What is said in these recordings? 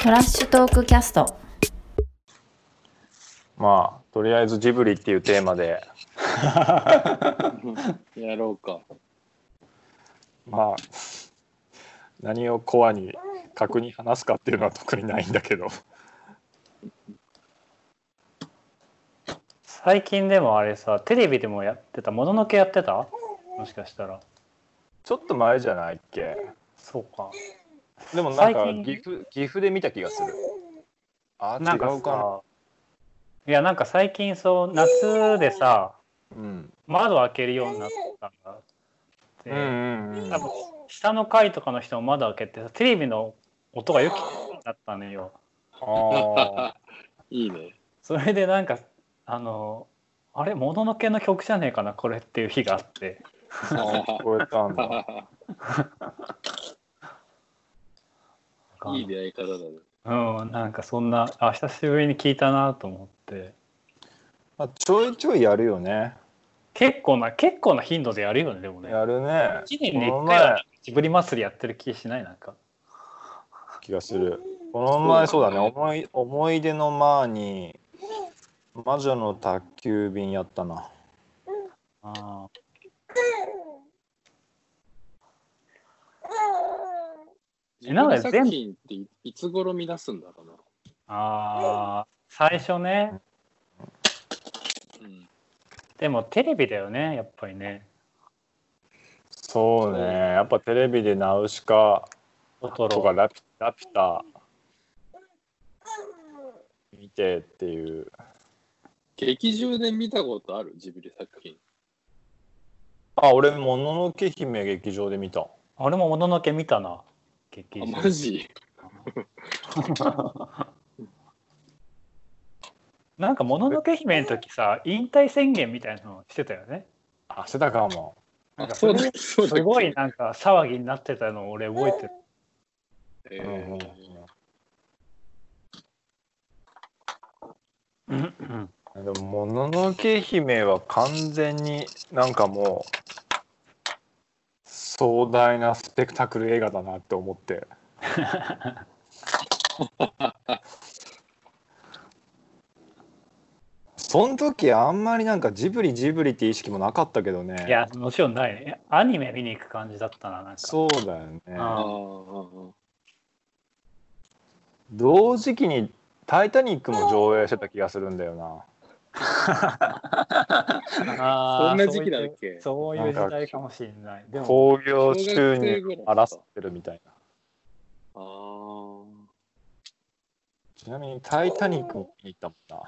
トラッシュトークキャストまあとりあえずジブリっていうテーマでやろうか。まあ何をコアに確認話すかっていうのは特にないんだけど最近でもあれさテレビでもやってたもののけやってたもしかしたらちょっと前じゃないっけそうかでもなんか最近岐阜岐阜で見た気がするあなん違かうかさいやなんか最近そう夏でさなうん窓開けるようになったんだって、うんうんうん多分下の階とかの人も窓開けてさテレビの音がよく聞こえだったのよあ いいね。それでなんかあのあれもののけの曲じゃねえかなこれっていう日があってー聞こえたんだいい出会い方だね。うんなんかそんなあ久しぶりに聞いたなと思ってまあちょいちょいやるよね結構な結構な頻度でやるよねでもねやるね1年にこの1回前はジブリ祭りやってる気しないなんか気がするこの前そうだね思い思い出の前に魔女の宅急便やったなあーえなんか自分の作品っていいつ頃見出すんだろうあー最初ねな。うん。でもテレビだよねやっぱりねそうねやっぱテレビでナウシカトトとかロラピラピュタ見てっていう劇場で見たことあるジブリ作品。あ俺もののけ姫劇場で見た俺ももののけ見たな劇あ、場マジなんかもののけ姫の時さ引退宣言みたいなのしてたよねあしてたかもなんかそうだ、そうだ。すごいなんか騒ぎになってたのを俺覚えてるえうんうんうんー。うんうんでも「もののけ姫」は完全になんかもう壮大なスペクタクル映画だなって思ってその時あんまりなんかジブリジブリって意識もなかったけどねいやもちろんないねアニメ見に行く感じだったななんかそうだよねあああ。同時期に「タイタニック」も上映してた気がするんだよ なあそんーな時期だっけそういうそういう時代かもしれないでも興行収入争ってるみたいなああ。ちなみに「タイタニック」も見に行ったもんな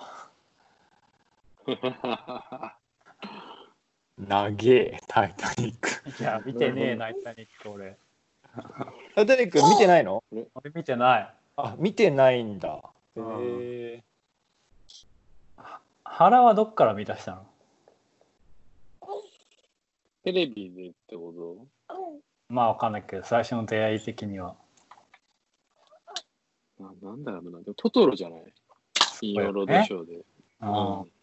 長え「タイタニックいや見てねえな「タイタニック」俺」タイタニック見てないの俺見てないあ見てないんだへうんえ原はどっから見出したの テレビでってこまあわかんないけど最初の出会い的にはとななんだろうな。でもトトロじゃない金曜ロードショーで。ううんん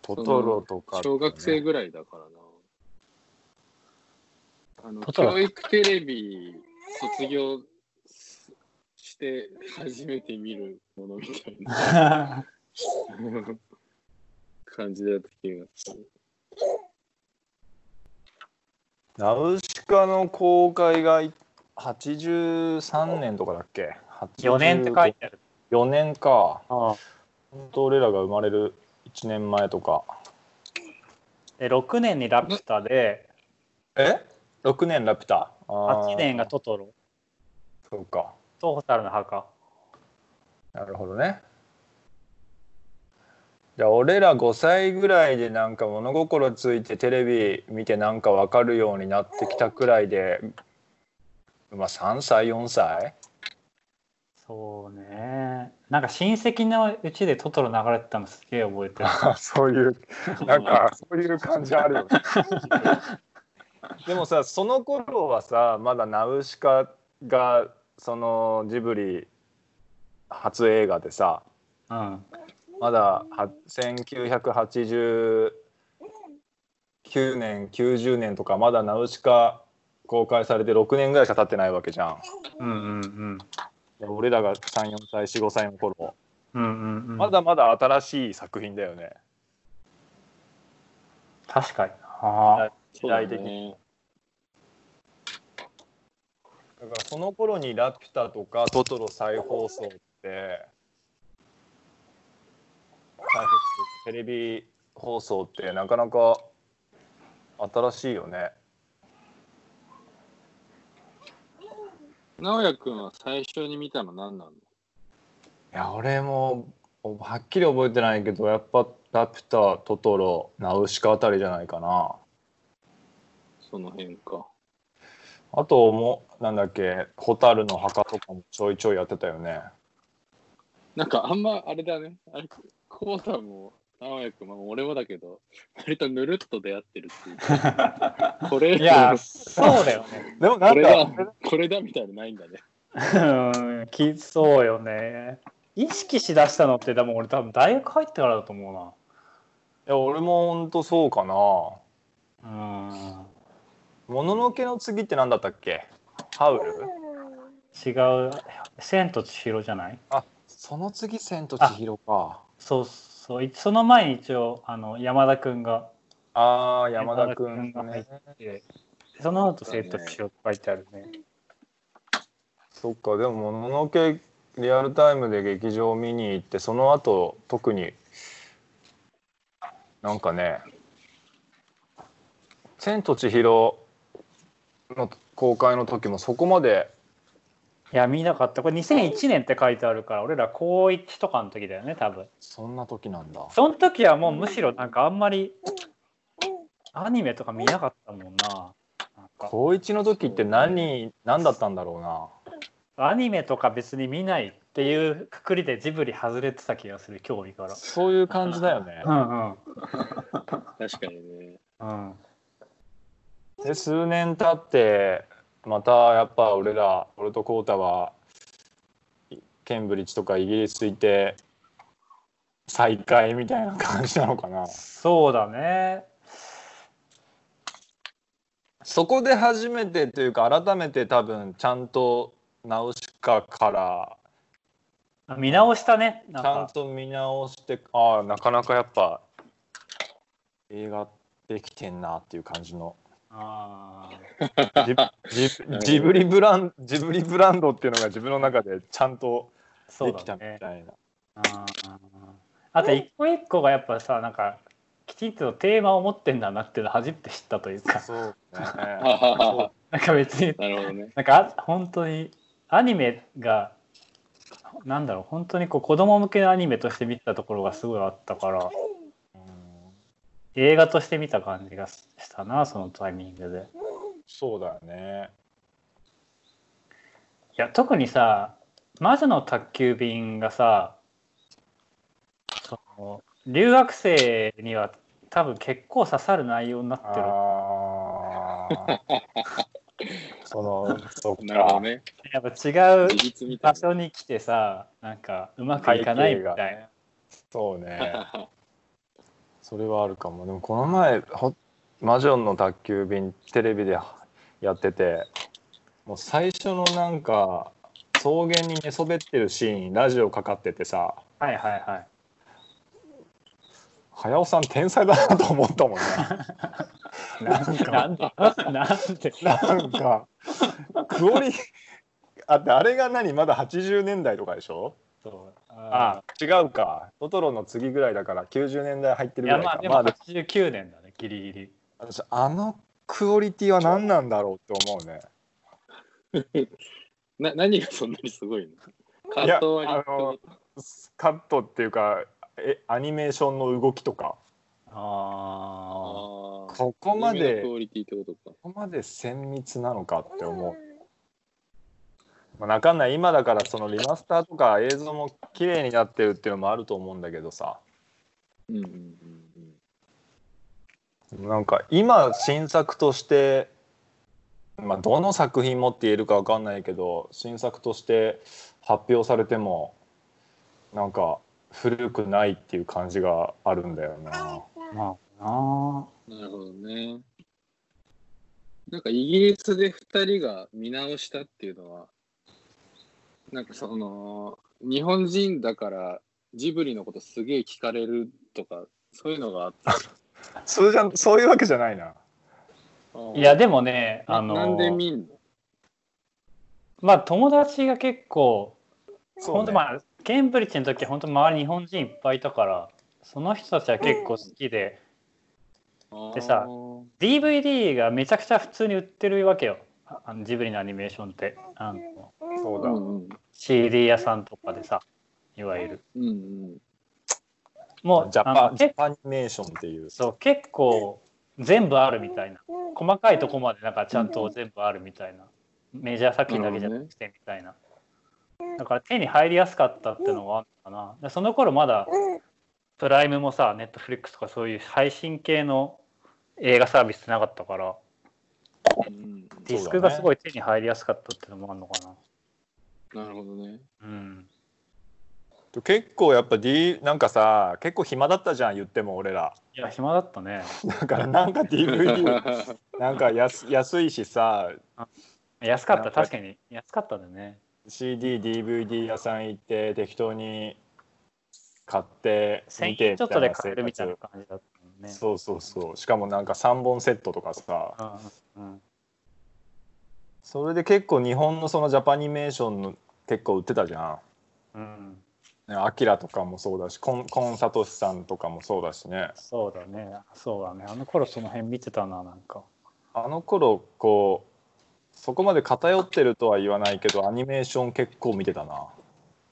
トトロとか、小学生ぐらいだからな。あのトトロ教育テレビ卒業しして初めて見るものみたいな感じだった気がする。ナウシカの公開が83年とかだっけ4年って書いて ある4年かあ本当俺らが生まれる1年前とかで6年に「ラピュタ」でえ6年ラピュタあー8年が「トトロそうか」と「ホタルの墓なるほどねじゃあ俺ら5歳ぐらいでなんか物心ついてテレビ見てなんか分かるようになってきたくらいでまあ3歳4歳」そうねなんか親戚のうちで「トトロ」流れてたのすげえ覚え てる そういうなんかそういう感じあるよね でもさその頃はさまだナウシカがそのジブリ初映画でさうんまだは1989年90年とかまだナウシカ公開されて6年ぐらいしか経ってないわけじゃん。うんうんうんで俺らが3、4歳、4、5歳の頃。うんうんうんまだまだ新しい作品だよね。確かにな、いそうだ時代的ね。だからその頃に「ラピュタ」とか「トトロ」再放送って再放送テレビ放送ってなかなか新しいよね。直哉くんは最初に見たの何なのいや俺もはっきり覚えてないけどやっぱ「ラピュタ」「トトロ」「ナウシカ」あたりじゃないかな。その辺か。あともうなんだっけ「蛍の墓」とかもちょいちょいやってたよね。なんかあんまあれだね。あれ、コウさんも直哉くんも俺もだけど、割とぬるっと出会ってるっていうか。これ、いやそうだよねでもこなんれかだ、これだみたいなのないんだね。うんきそうよね意識しだしたのって多分俺多分大学入ってからだとい思や俺もほんとそうかな。もうのなのけの次って何だったっけハウルうん違う「千と千尋」じゃないその次千と千尋か。そうそういその前に一応あの山田君がああ山田く山ん田くんがね入っ。でその後千と千尋」って書いてあるねそっかでももののけリアルタイムで劇場見に行ってその後特になんかね千と千尋の公開の時もそこまでいや見なかったこれ2001年って書いてあるから俺ら高1とかの時だよね多分そんな時なんだ。その時はもうむしろなんかあんまりアニメとか見なかったもんななんか高一の時って何何だったんだろうな。アニメとか別に見ないっていうくくりでジブリ外れてた気がする興味からそういう感じだよねう。ん確かにね。うんで数年経ってまたやっぱ俺ら俺とコウタはケンブリッジとかイギリス行って再会みたいな感じなのかなそうだねそこで初めてというか改めて多分ちゃんとナウシカからあ見直したねなんちゃんかと見直してああなかなかやっぱ映画できてんなっていう感じのあー ジジ ジブリブランジブリブランドっていうのが自分の中でちゃんとそでうきただみたねいな。あーあと一個一個がやっぱさなんかきちんとテーマを持ってんだなっていうの初めて知ったというかそうね。あなんか別にあ、なるほどね。なんかあ本当にアニメがなんだろう本当にこう子供向けのアニメとして見てたところがすごいあったからうん映画として見た感じがしたなそのタイミングで。そうだよね。いや特にさ「魔女の宅急便」がさその留学生には多分結構刺さる内容になってる。ああ。その、そっなるほどか。ね。やっぱ違う自立みたい場所に来てさなんかうまくいかないみたい背景な。そうね。な。それはあるかも。でもこの前、ほ魔女の宅急便テレビでやってて、もう最初のなんか、草原に寝そべってるシーン、ラジオかかっててさ、はいはいはい。早尾さん天才だなと思ったもんね。なんかなんでなんでなんか、クオリ、あってあれが何まだ80年代とかでしょそうああ違うか。トトロの次ぐらいだから90年代入ってあるぐらいやいまかあ。でまもあでも89年だねギリギリ私あのクオリティは何なんだろうって思うね。な何がそんなにすごいのカいやット割りあのカットっていうか、えアニメーションの動きとか、ああーあここまアニメので、クこオリティってことか。こまで綿密なのかって思う。まあ、わかんない。今だからそのリマスターとか映像も綺麗になってるっていうのもあると思うんだけどさ。うんうんうんなんか今新作として、まあ、どの作品もって言えるかわかんないけど新作として発表されてもなんか古くないっていう感じがあるんだよな。まあなうん。なるほどね。なんかイギリスで2人が見直したっていうのは、なんかその、日本人だからジブリのことすげえ聞かれるとか、そういうのがあった。そうじゃそういうわけじゃないな。いやな、でもねあなんので見んのまあ友達が結構そう本ね当まあケンブリッジの時は本当周り日本人いっぱいいたからその人たちは結構好きで、でさあー DVD がめちゃくちゃ普通に売ってるわけよああのジブリのアニメーションってあのそううだ。んうん。 CD 屋さんとかでさいわゆるうんもうジャあパのンジ結ャパニメーションっていう。そう結構全部あるみたいな細かいとこまでなんかちゃんと全部あるみたいなメジャー作品だけじゃなくてみたいなだから手に入りやすかったってのはあったかなでその頃まだプライムもさネットフリックスとかそういう配信系の映画サービスってなかったからうん。ディスクがすごい手に入りやすかったってのもあるのかななるほど ね。うん結構やっぱ D なんかさ結構暇だったじゃん言っても俺ら。いや暇だったねだからなんか DVD なんか安安いしさ安かっなんたか確かに安かったんだよね CDDVD 屋さん行って適当に買って見1000て円ちょっとで買えるみたいな感じだったもんねそうそうそうしかもなんか3本セットとかさうんうんうんそれで結構日本のそのジャパニメーションの結構売ってたじゃうんんねアキラとかもそうだしコンコンサトシさんとかもそうだしねそうだね、そうだね。あの頃その辺見てたな、なんか。あの頃こうそこまで偏ってるとは言わないけどアニメーション結構見てたな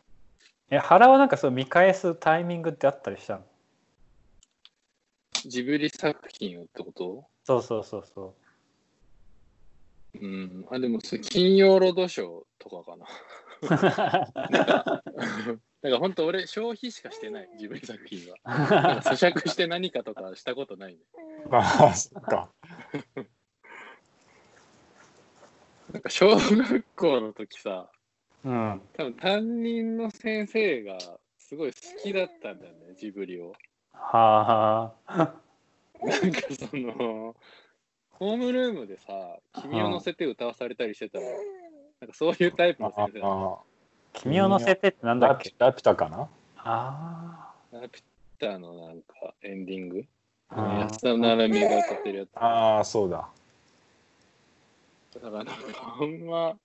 え、原はなんかそう見返すタイミングってあったりしたのジブリ作品をってことそうそうそうそうん。あ、でもそれ、金曜ロードショーとかかな。う。なんか本当俺消費しかしてない自分作品は。なんか咀嚼して何かとかしたことない、ね。ああそっかなんか小学校の時さ、うん。多分担任の先生がすごい好きだったんだよね、ジブリを。はあ、はなんかその、ホームルームでさ、君を乗せて歌わされたりしてたら、なんかそういうタイプのあ先生だあっ君を乗せてってなんだラっピけュラピュタかなあた。ラピュタのなんかエンディング。あ。安田成美が歌ってるやつ。ああそう だだからなんかあんま、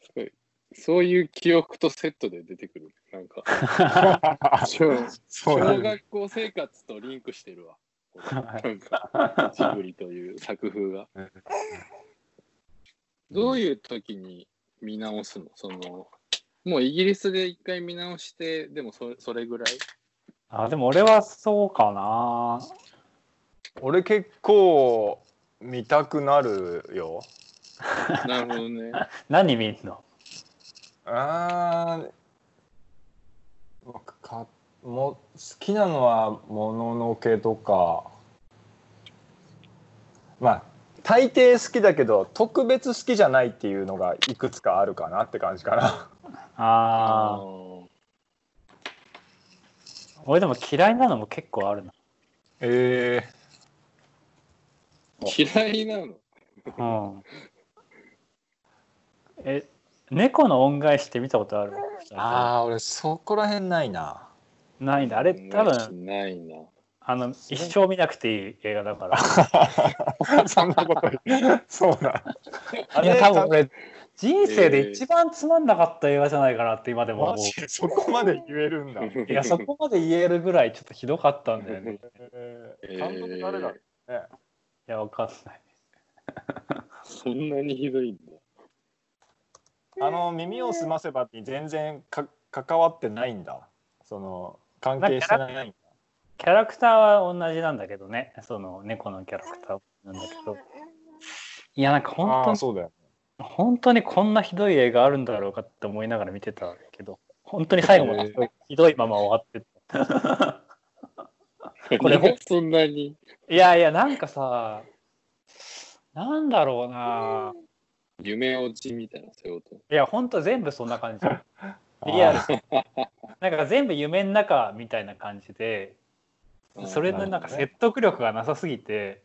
すごい、そういう記憶とセットで出てくる。なん か、小そうだ小ね学校生活とリンクしてるわ。なんか、ジブリという作風がうん。 どういう時に見直すのその、もうイギリスで一回見直して、でもそれそれぐらい。あ、でも俺はそうかな。俺結構見たくなるよなるほど ね。何見るのあー僕かも好きなのはもののけとかまあ大抵好きだけど特別好きじゃないっていうのがいくつかあるかなって感じかなああ。ー俺でも嫌いなのも結構あるな。ええ嫌いなの。うん。え、猫の恩返しって見たことある ああ俺そこら辺ないなないんだ。あれ多分。ないな。あの一生見なくていい映画だから。 そんなことそうだ あれ多分俺人生で一番つまんなかった映画じゃないかなって今でもマ思う。ジでそこまで言えるんだ、いやそこまで言えるぐらいちょっとひどかったんだよね。いえ えーー、監督誰だ、やわかんない。そんなにひどいんだ。あの耳をすませばに全然か関わってないんだ。その関係してないんだ。キャラクターは同じなんだけどね。その猫のキャラクターなんだけど。いやなんか本あ当あにそうだよ。本当にこんなひどい映画あるんだろうかって思いながら見てたけど、本当に最後までひどいひどいまま終わってった。これ そんなに。いやいやなんかさ、なんだろうな。夢落ちみたいな、そういうこいや、ほんと全部そんな感 じ。リアルあー。なんか全部夢の中みたいな感じで、と。それのなんか説得力がなさすぎて、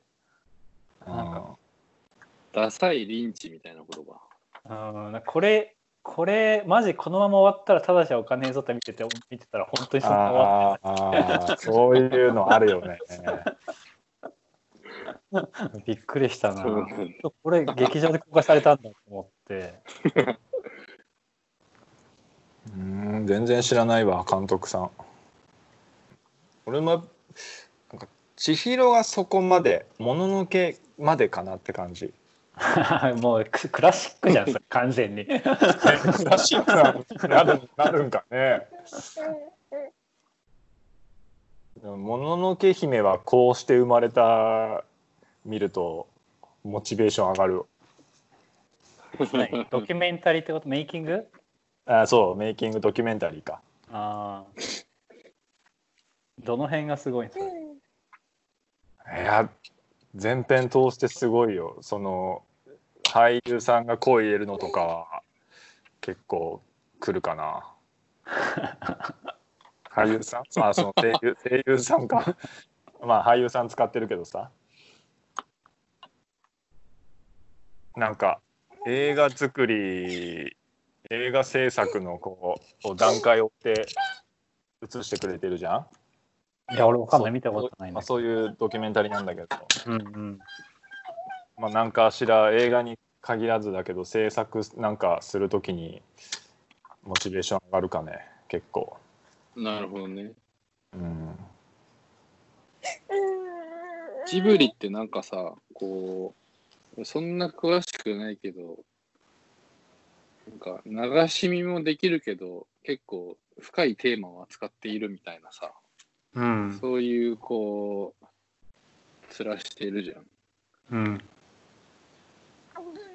なんかダサいリンチみたいな言葉。うん、これ、これ、マジこのまま終わったら、ただじゃお金ねえぞって見てて、見てたら、本当にそのまま終わっああ、そういうのあるよね。てたびっくりしたな。そうなんこれ、劇場で公開されたんだと思って。うーん全然知らないわ監督さん俺もなんか千尋がそこまでもののけまでかなって感 じ もうククラシックじゃん、そ れ完全に。クラシック なるなるんかねでももののけ姫はこうして生まれた見るとモチベーション上がる何ドキュメンタリーってことメイキングあそうメイキングドキュメンタリーかああ。どの辺がすごいんですかいや全編通してすごいよその俳優さんが声入れるのとかは結構来るかな俳優さんまあその声優声優さんかまあ俳優さん使ってるけどさなんか映画作り映画制作のこうこう段階を追って映してくれてるじゃんいや、俺わかんない、見たことないんまだあ、けそういうドキュメンタリーなんだけどど。うんうん。まあ、なんかしら映画に限らずだけど制作なんかするときにモチベーション上がるかね結構、 なるほどね。うん、ジブリってなんかさ、こう、そんな詳しくないけど、なんか流し見もできるけど、結構深いテーマを扱っているみたいなさ、うん。そういうこう、つらしているじゃん。うん。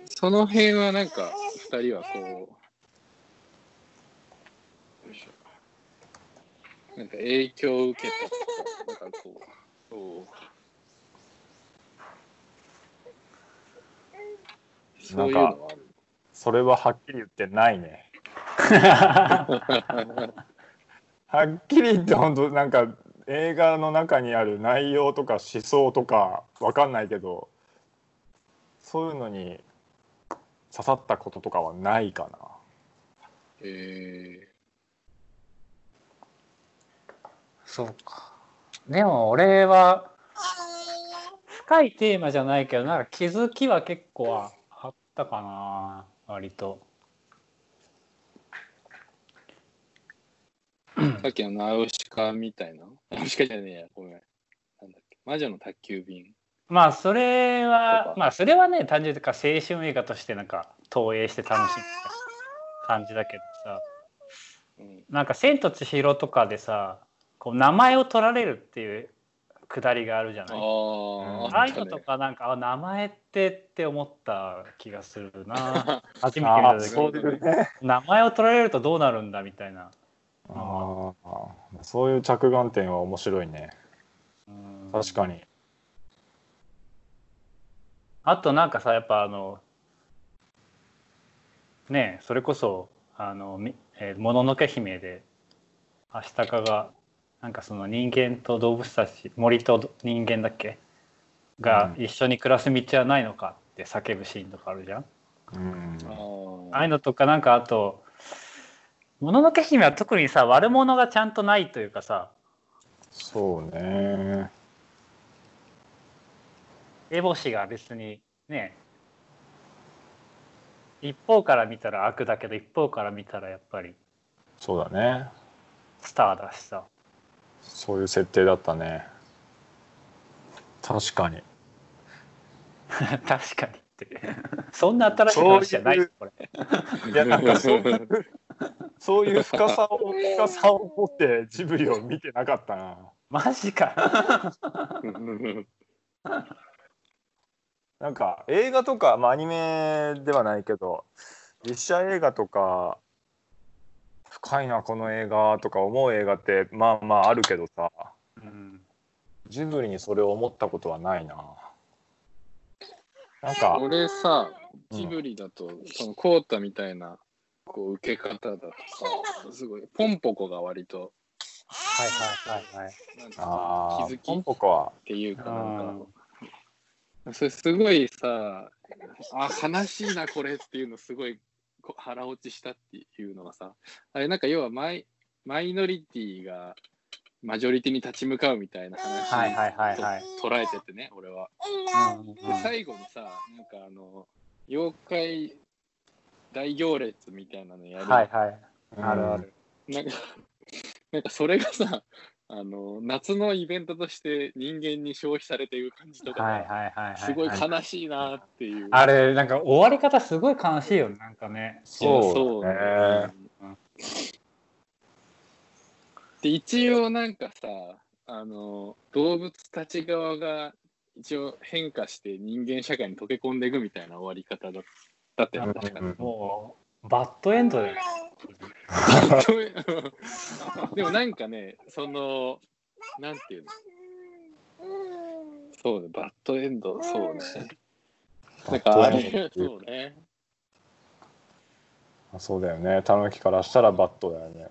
その辺はなんか、二人はこう、よいしょなんか影響を受けたとか、なんかこう、こうそういうのはそれははっきり言ってない ねある。はっきり言って本当なんか映画の中にある内容とか思想とかわかんないけどそういうのに刺さったこととかはないかなえそうか。でも俺は深いテーマじゃないけどなんか気づきは結構あったかな割と。ー、さっきのナウシカみたいな。ナウシカじゃねえや、ごめん。なんだっけ、魔女の宅急便。まあそれそうはかまあそれはね単純にか青春映画としてなんか投影して楽しいみたいな感じだけどさうん、なんか「千と千尋」とかでさこう名前を取られるっていうくだりがあるじゃあない。ーあああっいうたのね、とかなんかあ名前ってって思った気がするな 初めて見あたあ時そういうね名前を取られるとどうなるんだみたいな。あーそういう着眼点は面白いねうん確かにあとなんかさやっぱあのねえそれこそ「あのみえーもののけ姫」でアシタカがなんかその人間と動物たち森と人間だっけがうん一緒に暮らす道はないのかって叫ぶシーンとかあるじゃん。うんあーああいうのとかなんかあと「もののけ姫」は特にさ悪者がちゃんとないというかさそうねエボシが別にね一方から見たら悪だけど一方から見たらやっぱりそうだねスターだしさ そういう設定だったね確かに確かにってそんな新しい話じゃないそういうこれいやなんかそういうそういう深さを深さを持ってジブリを見てなかったなマジかなんか映画とか、まあ、アニメではないけど実写映画とか深いなこの映画とか思う映画ってまあまああるけどさうんジブリにそれを思ったことはないななんか 俺さ、うんジブリだと、そのコータみたいなこう受け方だとさ、すごい、ポンポコが割と、はいはいはいはいなんかあさあ気づきポンっポコはていうか、なんうかん、それすごいさ、あ、悲しいな、これっていうの、すごいこ腹落ちしたっていうのはさ、あれ、なんか要はマイマイノリティがマジョリティに立ち向かうみたいな話を、はいはいはいはい。捉えててね、俺は。うんうんで最後にさ、なんかあの、妖怪大行列みたいなのやる。はいはい。あるある。なんか、なんかそれがさ、あの夏のイベントとして人間に消費されていく感じとか、はいはいはいはい。すごい悲しいなっていう。あれ、なんか終わり方すごい悲しいよね、なんかね。そうだね。うんで一応なんかさあの動物たち側が一応変化して人間社会に溶け込んでいくみたいな終わり方だだったよね確かに。もう、バッドエンドだよね。そういう でもなんかねそのなんていうのそうねバッドエンドそうね。なんかあれ そうね。あそうだよね。タヌキからしたらバットだよね。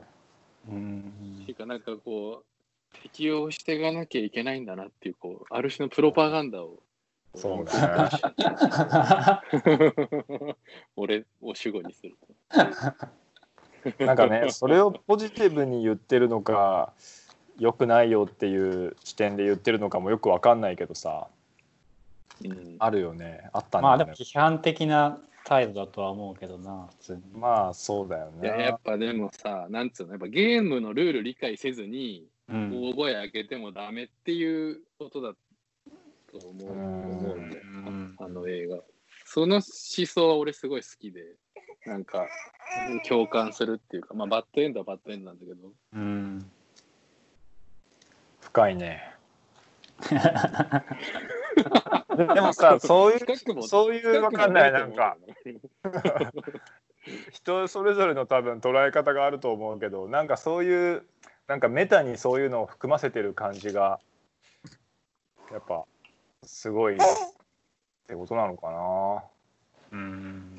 うんっていうかなんかこう適応していかなきゃいけないんだなっていうこうある種のプロパガンダをそうだね。 俺を主語にするなんか ね、それをポジティブに言ってるのか、良くないよっていう視点で言ってるのかもよくわかんないけどさ、と、うんあるよね。あったんだまよあねでも。批判的な態度だとは思うけどな、普通に。まあそうだよいややねっ。ぱでもさなんつうのやっぱゲームのルール理解せずにうん。大声開けてもダメっていうことだと思ううん思うんだようんあの映画その思想は俺すごい好きでなんか共感するっていうかまあバッドエンドはバッドエンドなんだけどうん。深いね。 でもさ、そういう深くもそういう深くもわかんないと思うなんか人それぞれの多分捉え方があると思うけどなんかそういうなんかメタにそういうのを含ませてる感じがやっぱすごいってことなのかうん。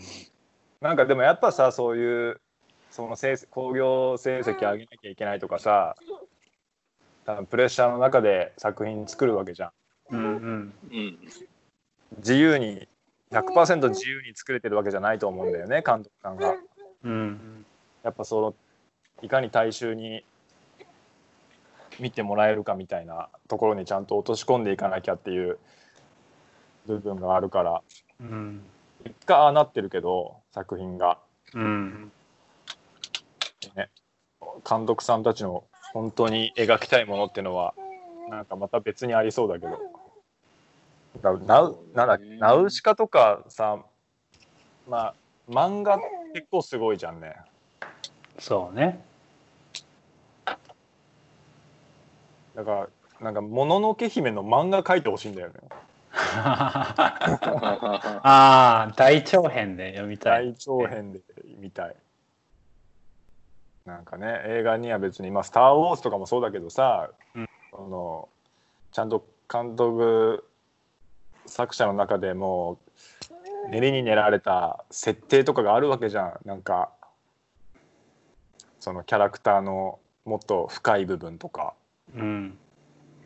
な。なんかでもやっぱさそういうその成績興行成績上げなきゃいけないとかさ多分プレッシャーの中で作品作るわけじゃん。うん。うん自由に100%自由に作れてるわけじゃないと思うんだよね監督さんが。うん。やっぱそのいかに大衆に見てもらえるかみたいなところにちゃんと落とし込んでいかなきゃっていう部分があるからうん。結果ああなってるけど作品が、うん。ね、監督さんたちの本当に描きたいものってのはなんかまた別にありそうだけどだなうなんだっけナウシカとかさまあ漫画結構すごいじゃんね。そうね。だからなんか「もののけ姫」の漫画描いてほしいんだよね。あああ、大長編で読みたい。大長編で見たい。なんかね映画には別に今「スター・ウォーズ」とかもそうだけどさ、うんそのちゃんと監督作者の中でもう練りに練られた設定とかがあるわけじゃんなんかそのキャラクターのもっと深い部分とかうん。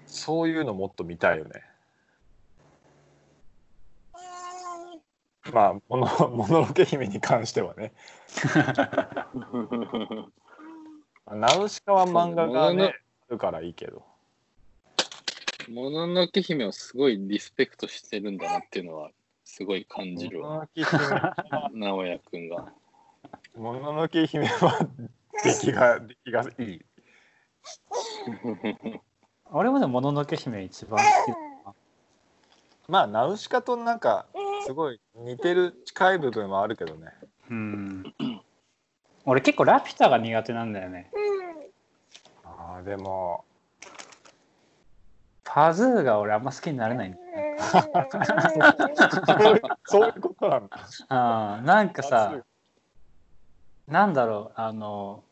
そういうのもっと見たいよね。まあもの もののけ姫に関してはね。ーナウシカは漫画がそうだねねあるからいいけど。もののけ姫をすごいリスペクトしてるんだなっていうのはすごい感じるもわ。ののけ姫は直哉くん が。もののけ姫 は出来が出来がいい。俺もでも、もののけ姫一番好きまあナウシカとなんかすごい似てる近い部分はあるけどね。うん。俺結構ラピュタが苦手なんだよね。ああでもパズーが俺あんま好きになれないんだよね。そういうそういうことなんだ。ああ、なんかさ、なんだろう、あの、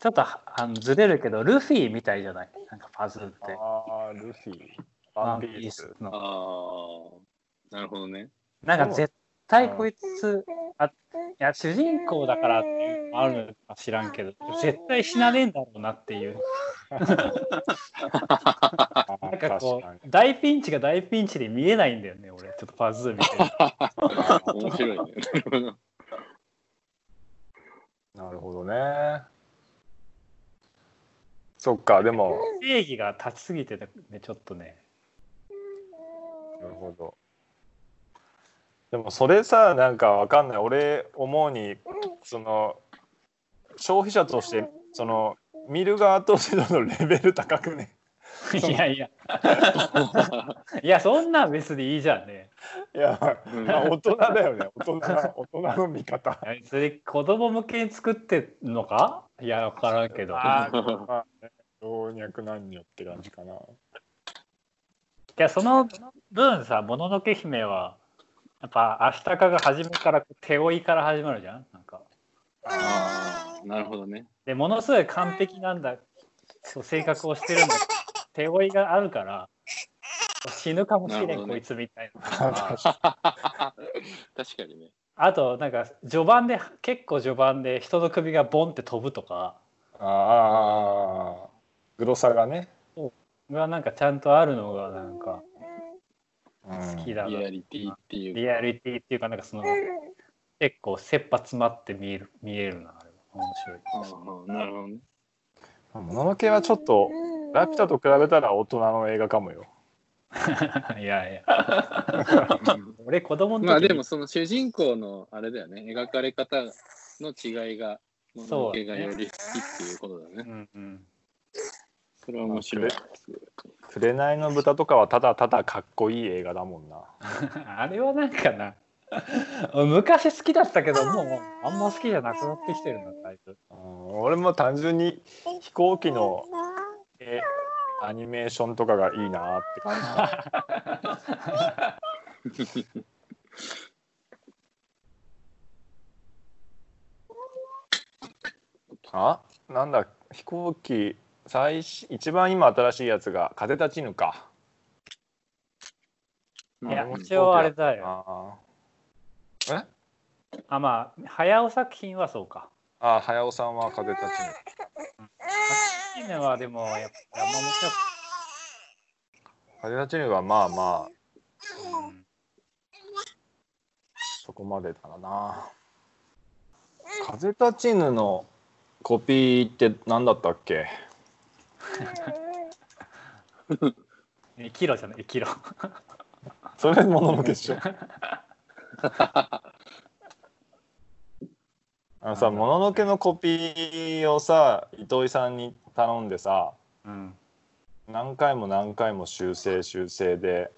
ちょっとはあのずれるけど、ルフィみたいじゃないなんかパズーって。ああルフィ。ワワンンピピーースス。あの。あ、なるほ どね。なんか絶対こいつ、いや、主人公だからっていうのもあるのか知らんけど、絶対死なねえんだろうなっていうなんか確こかう大ピンチが大ピンチで見えないんだよね俺ちょっとパズー みたいな面白いね。になるほどねそっかでも定義が立ちすぎてねちょっとねなるほどでもそれさなんかわかんない俺思うにその消費者としてその見る側としてのレベル高くねいやいやいやそんなん別にいいじゃんね いや、う んまあ大人だよね大人大人の見方あれそれ子供向けに作ってんのかいや分からんけどあ ーまあね老若男女って感じかないやその分さ「もののけ姫」はやっぱアシタカが初めから手負いから始まるじゃんなんかああ、なるほどね。でものすごい完璧なんだそう性格をしてるんだけど手負いがあるから死ぬかもしれん、なるほどねこいつみたいな 確かにね。 あとなんか序盤で結構序盤で人の首がボンって飛ぶとかあーグロさがね、がなんかちゃんとあるのがなんかうん好きだな、リアリティっていうリアリティっていうかなんかその結構切羽詰まって見える見えるなあれは面白い。 ああなるほどね。もののけはちょっとラピュタと比べたら大人の映画かもよいやいや、 俺子供の時まあでもその主人公のあれだよね、描かれ方の違いが、もののけがより好きっていうことだうね。んうん、それは面白い。紅の豚とかはただただかっこいい映画だもんな。 あれはなんかな、昔好きだったけど、もうあんま好きじゃなくなってきてるな、だいぶ。うん俺も単純に飛行機のえアニメーションとかがいいなって感じ。 あなんだ飛行機最新一番今新しいやつが「風立ちぬ」か。いあやれも、一応あれだよ。あーえあ、まあ、早尾作品はそうか。あ早尾さんは「風立ちぬ」。近年はでも、やっぱあんま面白く風立ちぬはまあまあうんそこまでだな。風立ちぬのコピーって何だったっけ生きろじゃない、生きろ。それもののけっ しょ。あのさ、もののけのコピーをさ、糸井さんに頼んでさ、うん、何回も何回も修正修正で、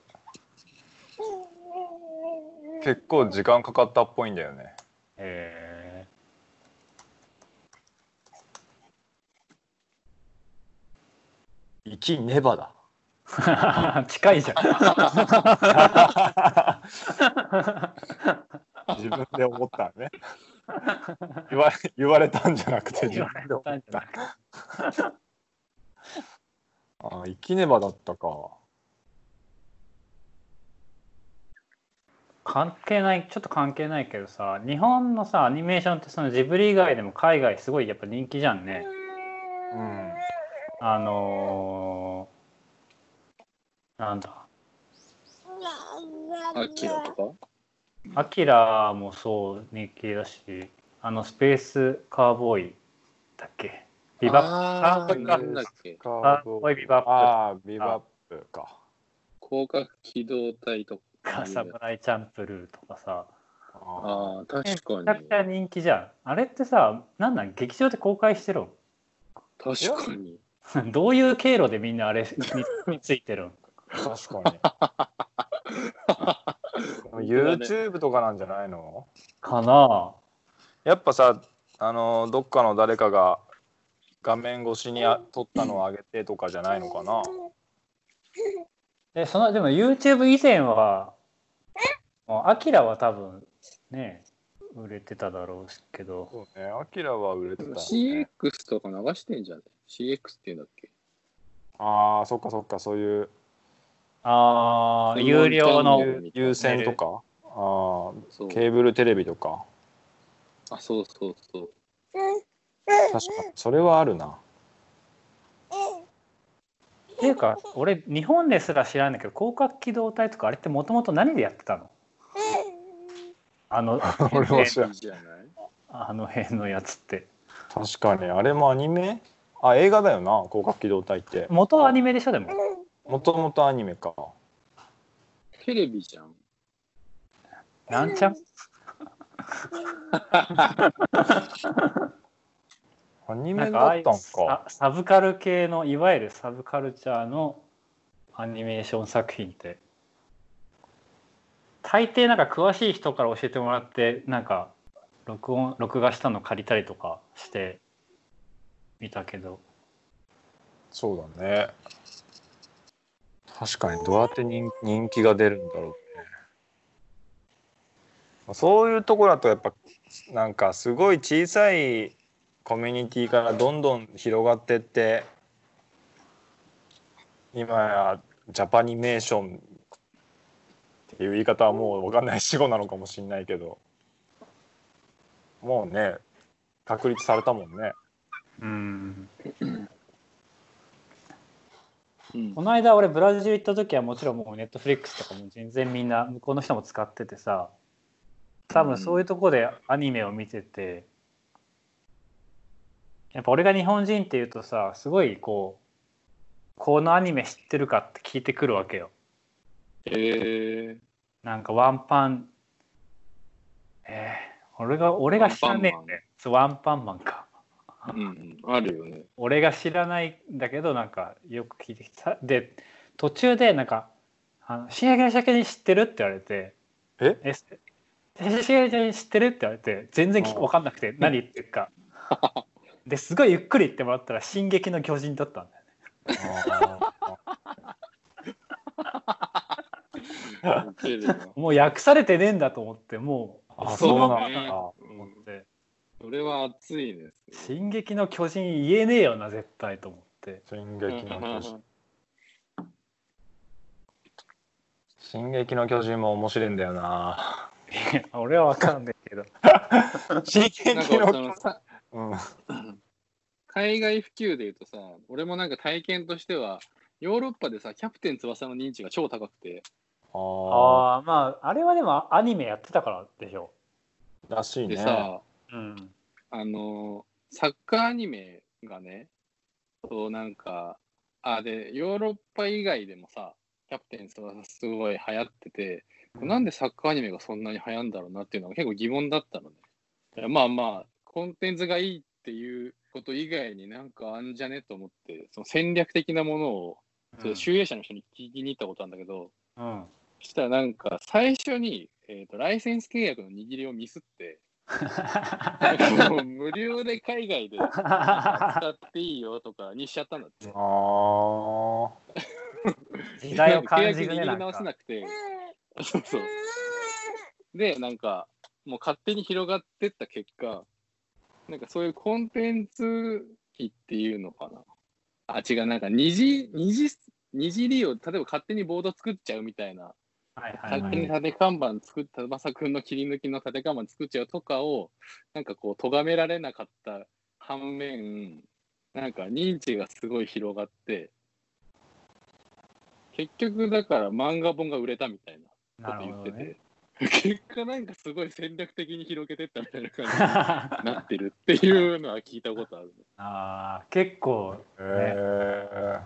結構時間かかったっぽいんだよね。え生きねばだ。ー、 近いじゃん。 自分で思ったね。 言わ言われたんじゃなくて自言わ分れで思ったたんじ。ゃないああ、生きねばだったか。関係ないちょっと関係ないけどさ日本のさアニメーションってそのジブリ以外でも海外すごいやっぱ人気じゃんねうん。あのー、なんだアキラとか「アキラ」もそう人気だしあの「スペースカーボーイ」だっけビバあービなバップかんだっけカあおいビバップああ、ビバップか。広角機動隊とップかか「サムライチャンプルー」とかさあああ確めちかゃくにちゃ人気じゃんあれってさなんなん劇場で公開してるん確かに どういう経路でみんなあれにについてるんあ、確か に。YouTube とかなんじゃないのかなやっぱさ、あのどっかの誰かが画面越しにあ撮ったのを上げてとかじゃないのかな。でそのでも YouTube 以前はもうアキラは多分ね売れてただろうけどそうね、アキラは売れてた、 CX ね。とか流してんじゃん CX っていうんだっけああ、そっかそっか、そういうああ有料の有有線とか、あそうあ、ケーブルテレビとか、あそうそうそう確かにそれはあるな。っていうか俺日本ですら知らんだけど広角機動隊とかあれってもともと何でやってたのあの 俺も知らんいいじゃないあの辺のやつって確かにあれもアニメあ映画だよな「広角機動隊」って元はアニメでしょでももともとアニメかテレビじゃん。なんちゃんアニなメんだかああっいうたんサかサブカル系のいわゆるサブカルチャーのアニメーション作品って大抵なんか詳しい人から教えてもらってなんか録音録画したの借りたりとかして見たけどそうだね確かにどうやって人人気が出るんだろうねそういうとこだとやっぱなんかすごい小さいコミュニティからどんどん広がってって今やジャパニメーションっていう言い方はもう分かんない死語なのかもしれないけどもうね確立されたもんねうんうんこの間俺ブラジル行った時はもちろんもうネットフリックスとかも全然みんな向こうの人も使っててさ多分そういうとこでアニメを見ててやっぱ俺が日本人っていうとさすごいこうこのアニメ知ってるかって聞いてくるわけよえー、なんかワンパンえー、俺が俺が知らねえんだよそうワンパンマンかうん、あるよね。俺が知らないんだけどなんかよく聞いてきたで途中でなんか「あの新垣の社に知ってる?」って言われて「ええすえ新垣の社知ってる?」って言われて全然ああ分かんなくて何言ってるかですごいゆっくり言ってもらったら「進撃の巨人」だったんだよねウケるよもう訳されてねえんだと思ってもうあそそうのなままんだなだとうん思ってそれは熱いで「すね。進撃の巨人」言えねえよな絶対と思って進撃の巨人進撃の巨人も面白いんだよな俺は分かんないけど進撃なんかのそ巨のさ人、うん、海外普及でいうとさ、俺もなんか体験としては、ヨーロッパでさ、キャプテン翼の認知が超高くて、ああああまああれはでもアニメやってたからでしょらしいでねさ、うんあのーサッカーアニメがね、そうなんか、あ、で、ヨーロッパ以外でもさ、キャプテン翼すごい流行ってて、なんでサッカーアニメがそんなに流行るんだろうなっていうのが結構疑問だったのね。いやまあまあ、コンテンツがいいっていうこと以外になんかあんじゃねと思って、その戦略的なものを、ちょっと集英社の人に聞きに行ったことあるんだけど、 うん、そしたらなんか最初に、えー、とライセンス契約の握りをミス って、なんかもう無料で海外で使っていいよとかにしちゃったんだって。あー時代を契感約じるね握なりん直せかなくて、そうそう。で、なんか、もう勝手に広がってった結果、なんかそういうコンテンツ機っていうのかな。あ、違う、なんか二次、二次、二次利用、例えば勝手にボード作っちゃうみたいな、はいはい勝は手にい、立て看板作った、翼くんの切り抜きの立て看板作っちゃうとかを、なんかこう、咎められなかった反面、なんか認知がすごい広がって、結局だから漫画本が売れたみたいな。なる言ほっどてねて、結果なんかすごい戦略的に広げてったみたいな感じになってるっていうのは聞いたことある。 あー結構へえ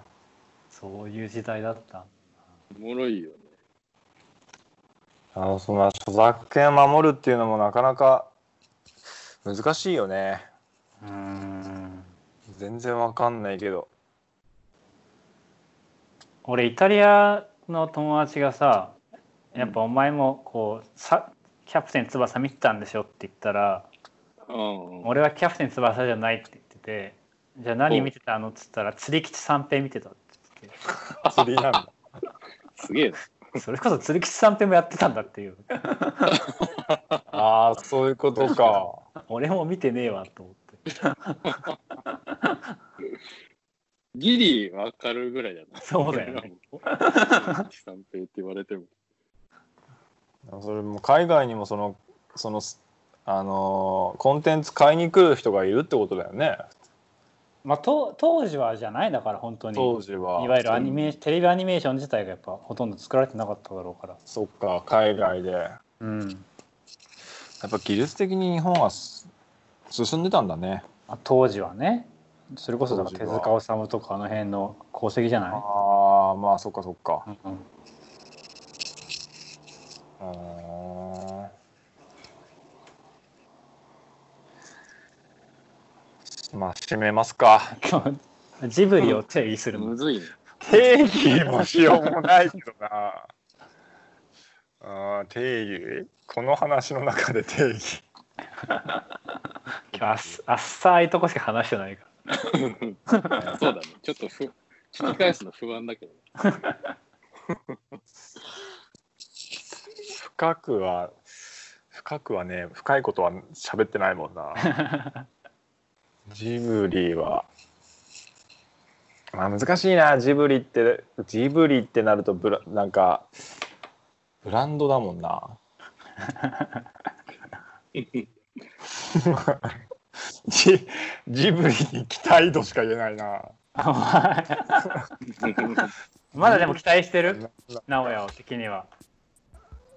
そういう時代だったおもろいよね。あのその著作権を守るっていうのもなかなか難しいよねうーん全然わかんないけど俺イタリアの友達がさやっぱお前もこうさキャプテン翼見てたんでしょって言ったらうんうん。俺はキャプテン翼じゃないって言っててじゃあ何見てたのっつったら釣り吉三平見てたって言って釣りなんだすげえな。てそれこそ釣り吉三平もやってたんだっていう ああそういうことか俺も見てねえわと思ってギリわかるぐらいだな。そうだ よね。三平って言われても。それも海外にもそのそのあのーコンテンツ買いに来る人がいるってことだよねまあ、と当時はじゃないだから本当に当時はいわゆるアニメ、テレビアニメーション自体がやっぱほとんど作られてなかっただろうから、そっか海外でやうんっぱ技術的に日本はす進んでたんだねまあ、当時はねそれこそだから手当時は塚治虫とかあの辺の功績じゃなああまあそっかそっかい、うんううんーんまあ締めますかジブリを定義するの、むずいね。定義もしようもないけど なあー定義この話の中で定義今日あっさあっさいとこしか話してないかそうだね。ちょっとふ聞き返すの不安だ けど。深くは深くはね深いことは喋ってないもんな ジブリはまあ難しいなジブリってジブリってなるとブラなんかブランドだもん なジジブリに期待度しか言えないなら お前まだでも期待してるな直哉を的には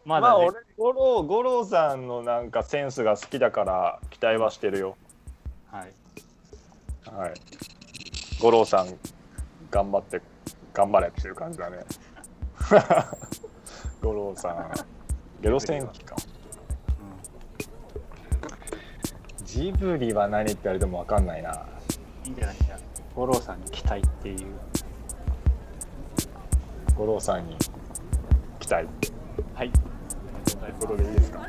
ままあだ、ね俺五郎五郎さんのなんかセンスが好きだから期待はしてるよはい、はい五郎さん頑張って頑張れっていう感じだね 五郎さんゲロ戦記かジブリは何って言われても分かんないなうん、いいんじゃないじゃん五郎さんに期待っていう五郎さんに期待はいということでいいですか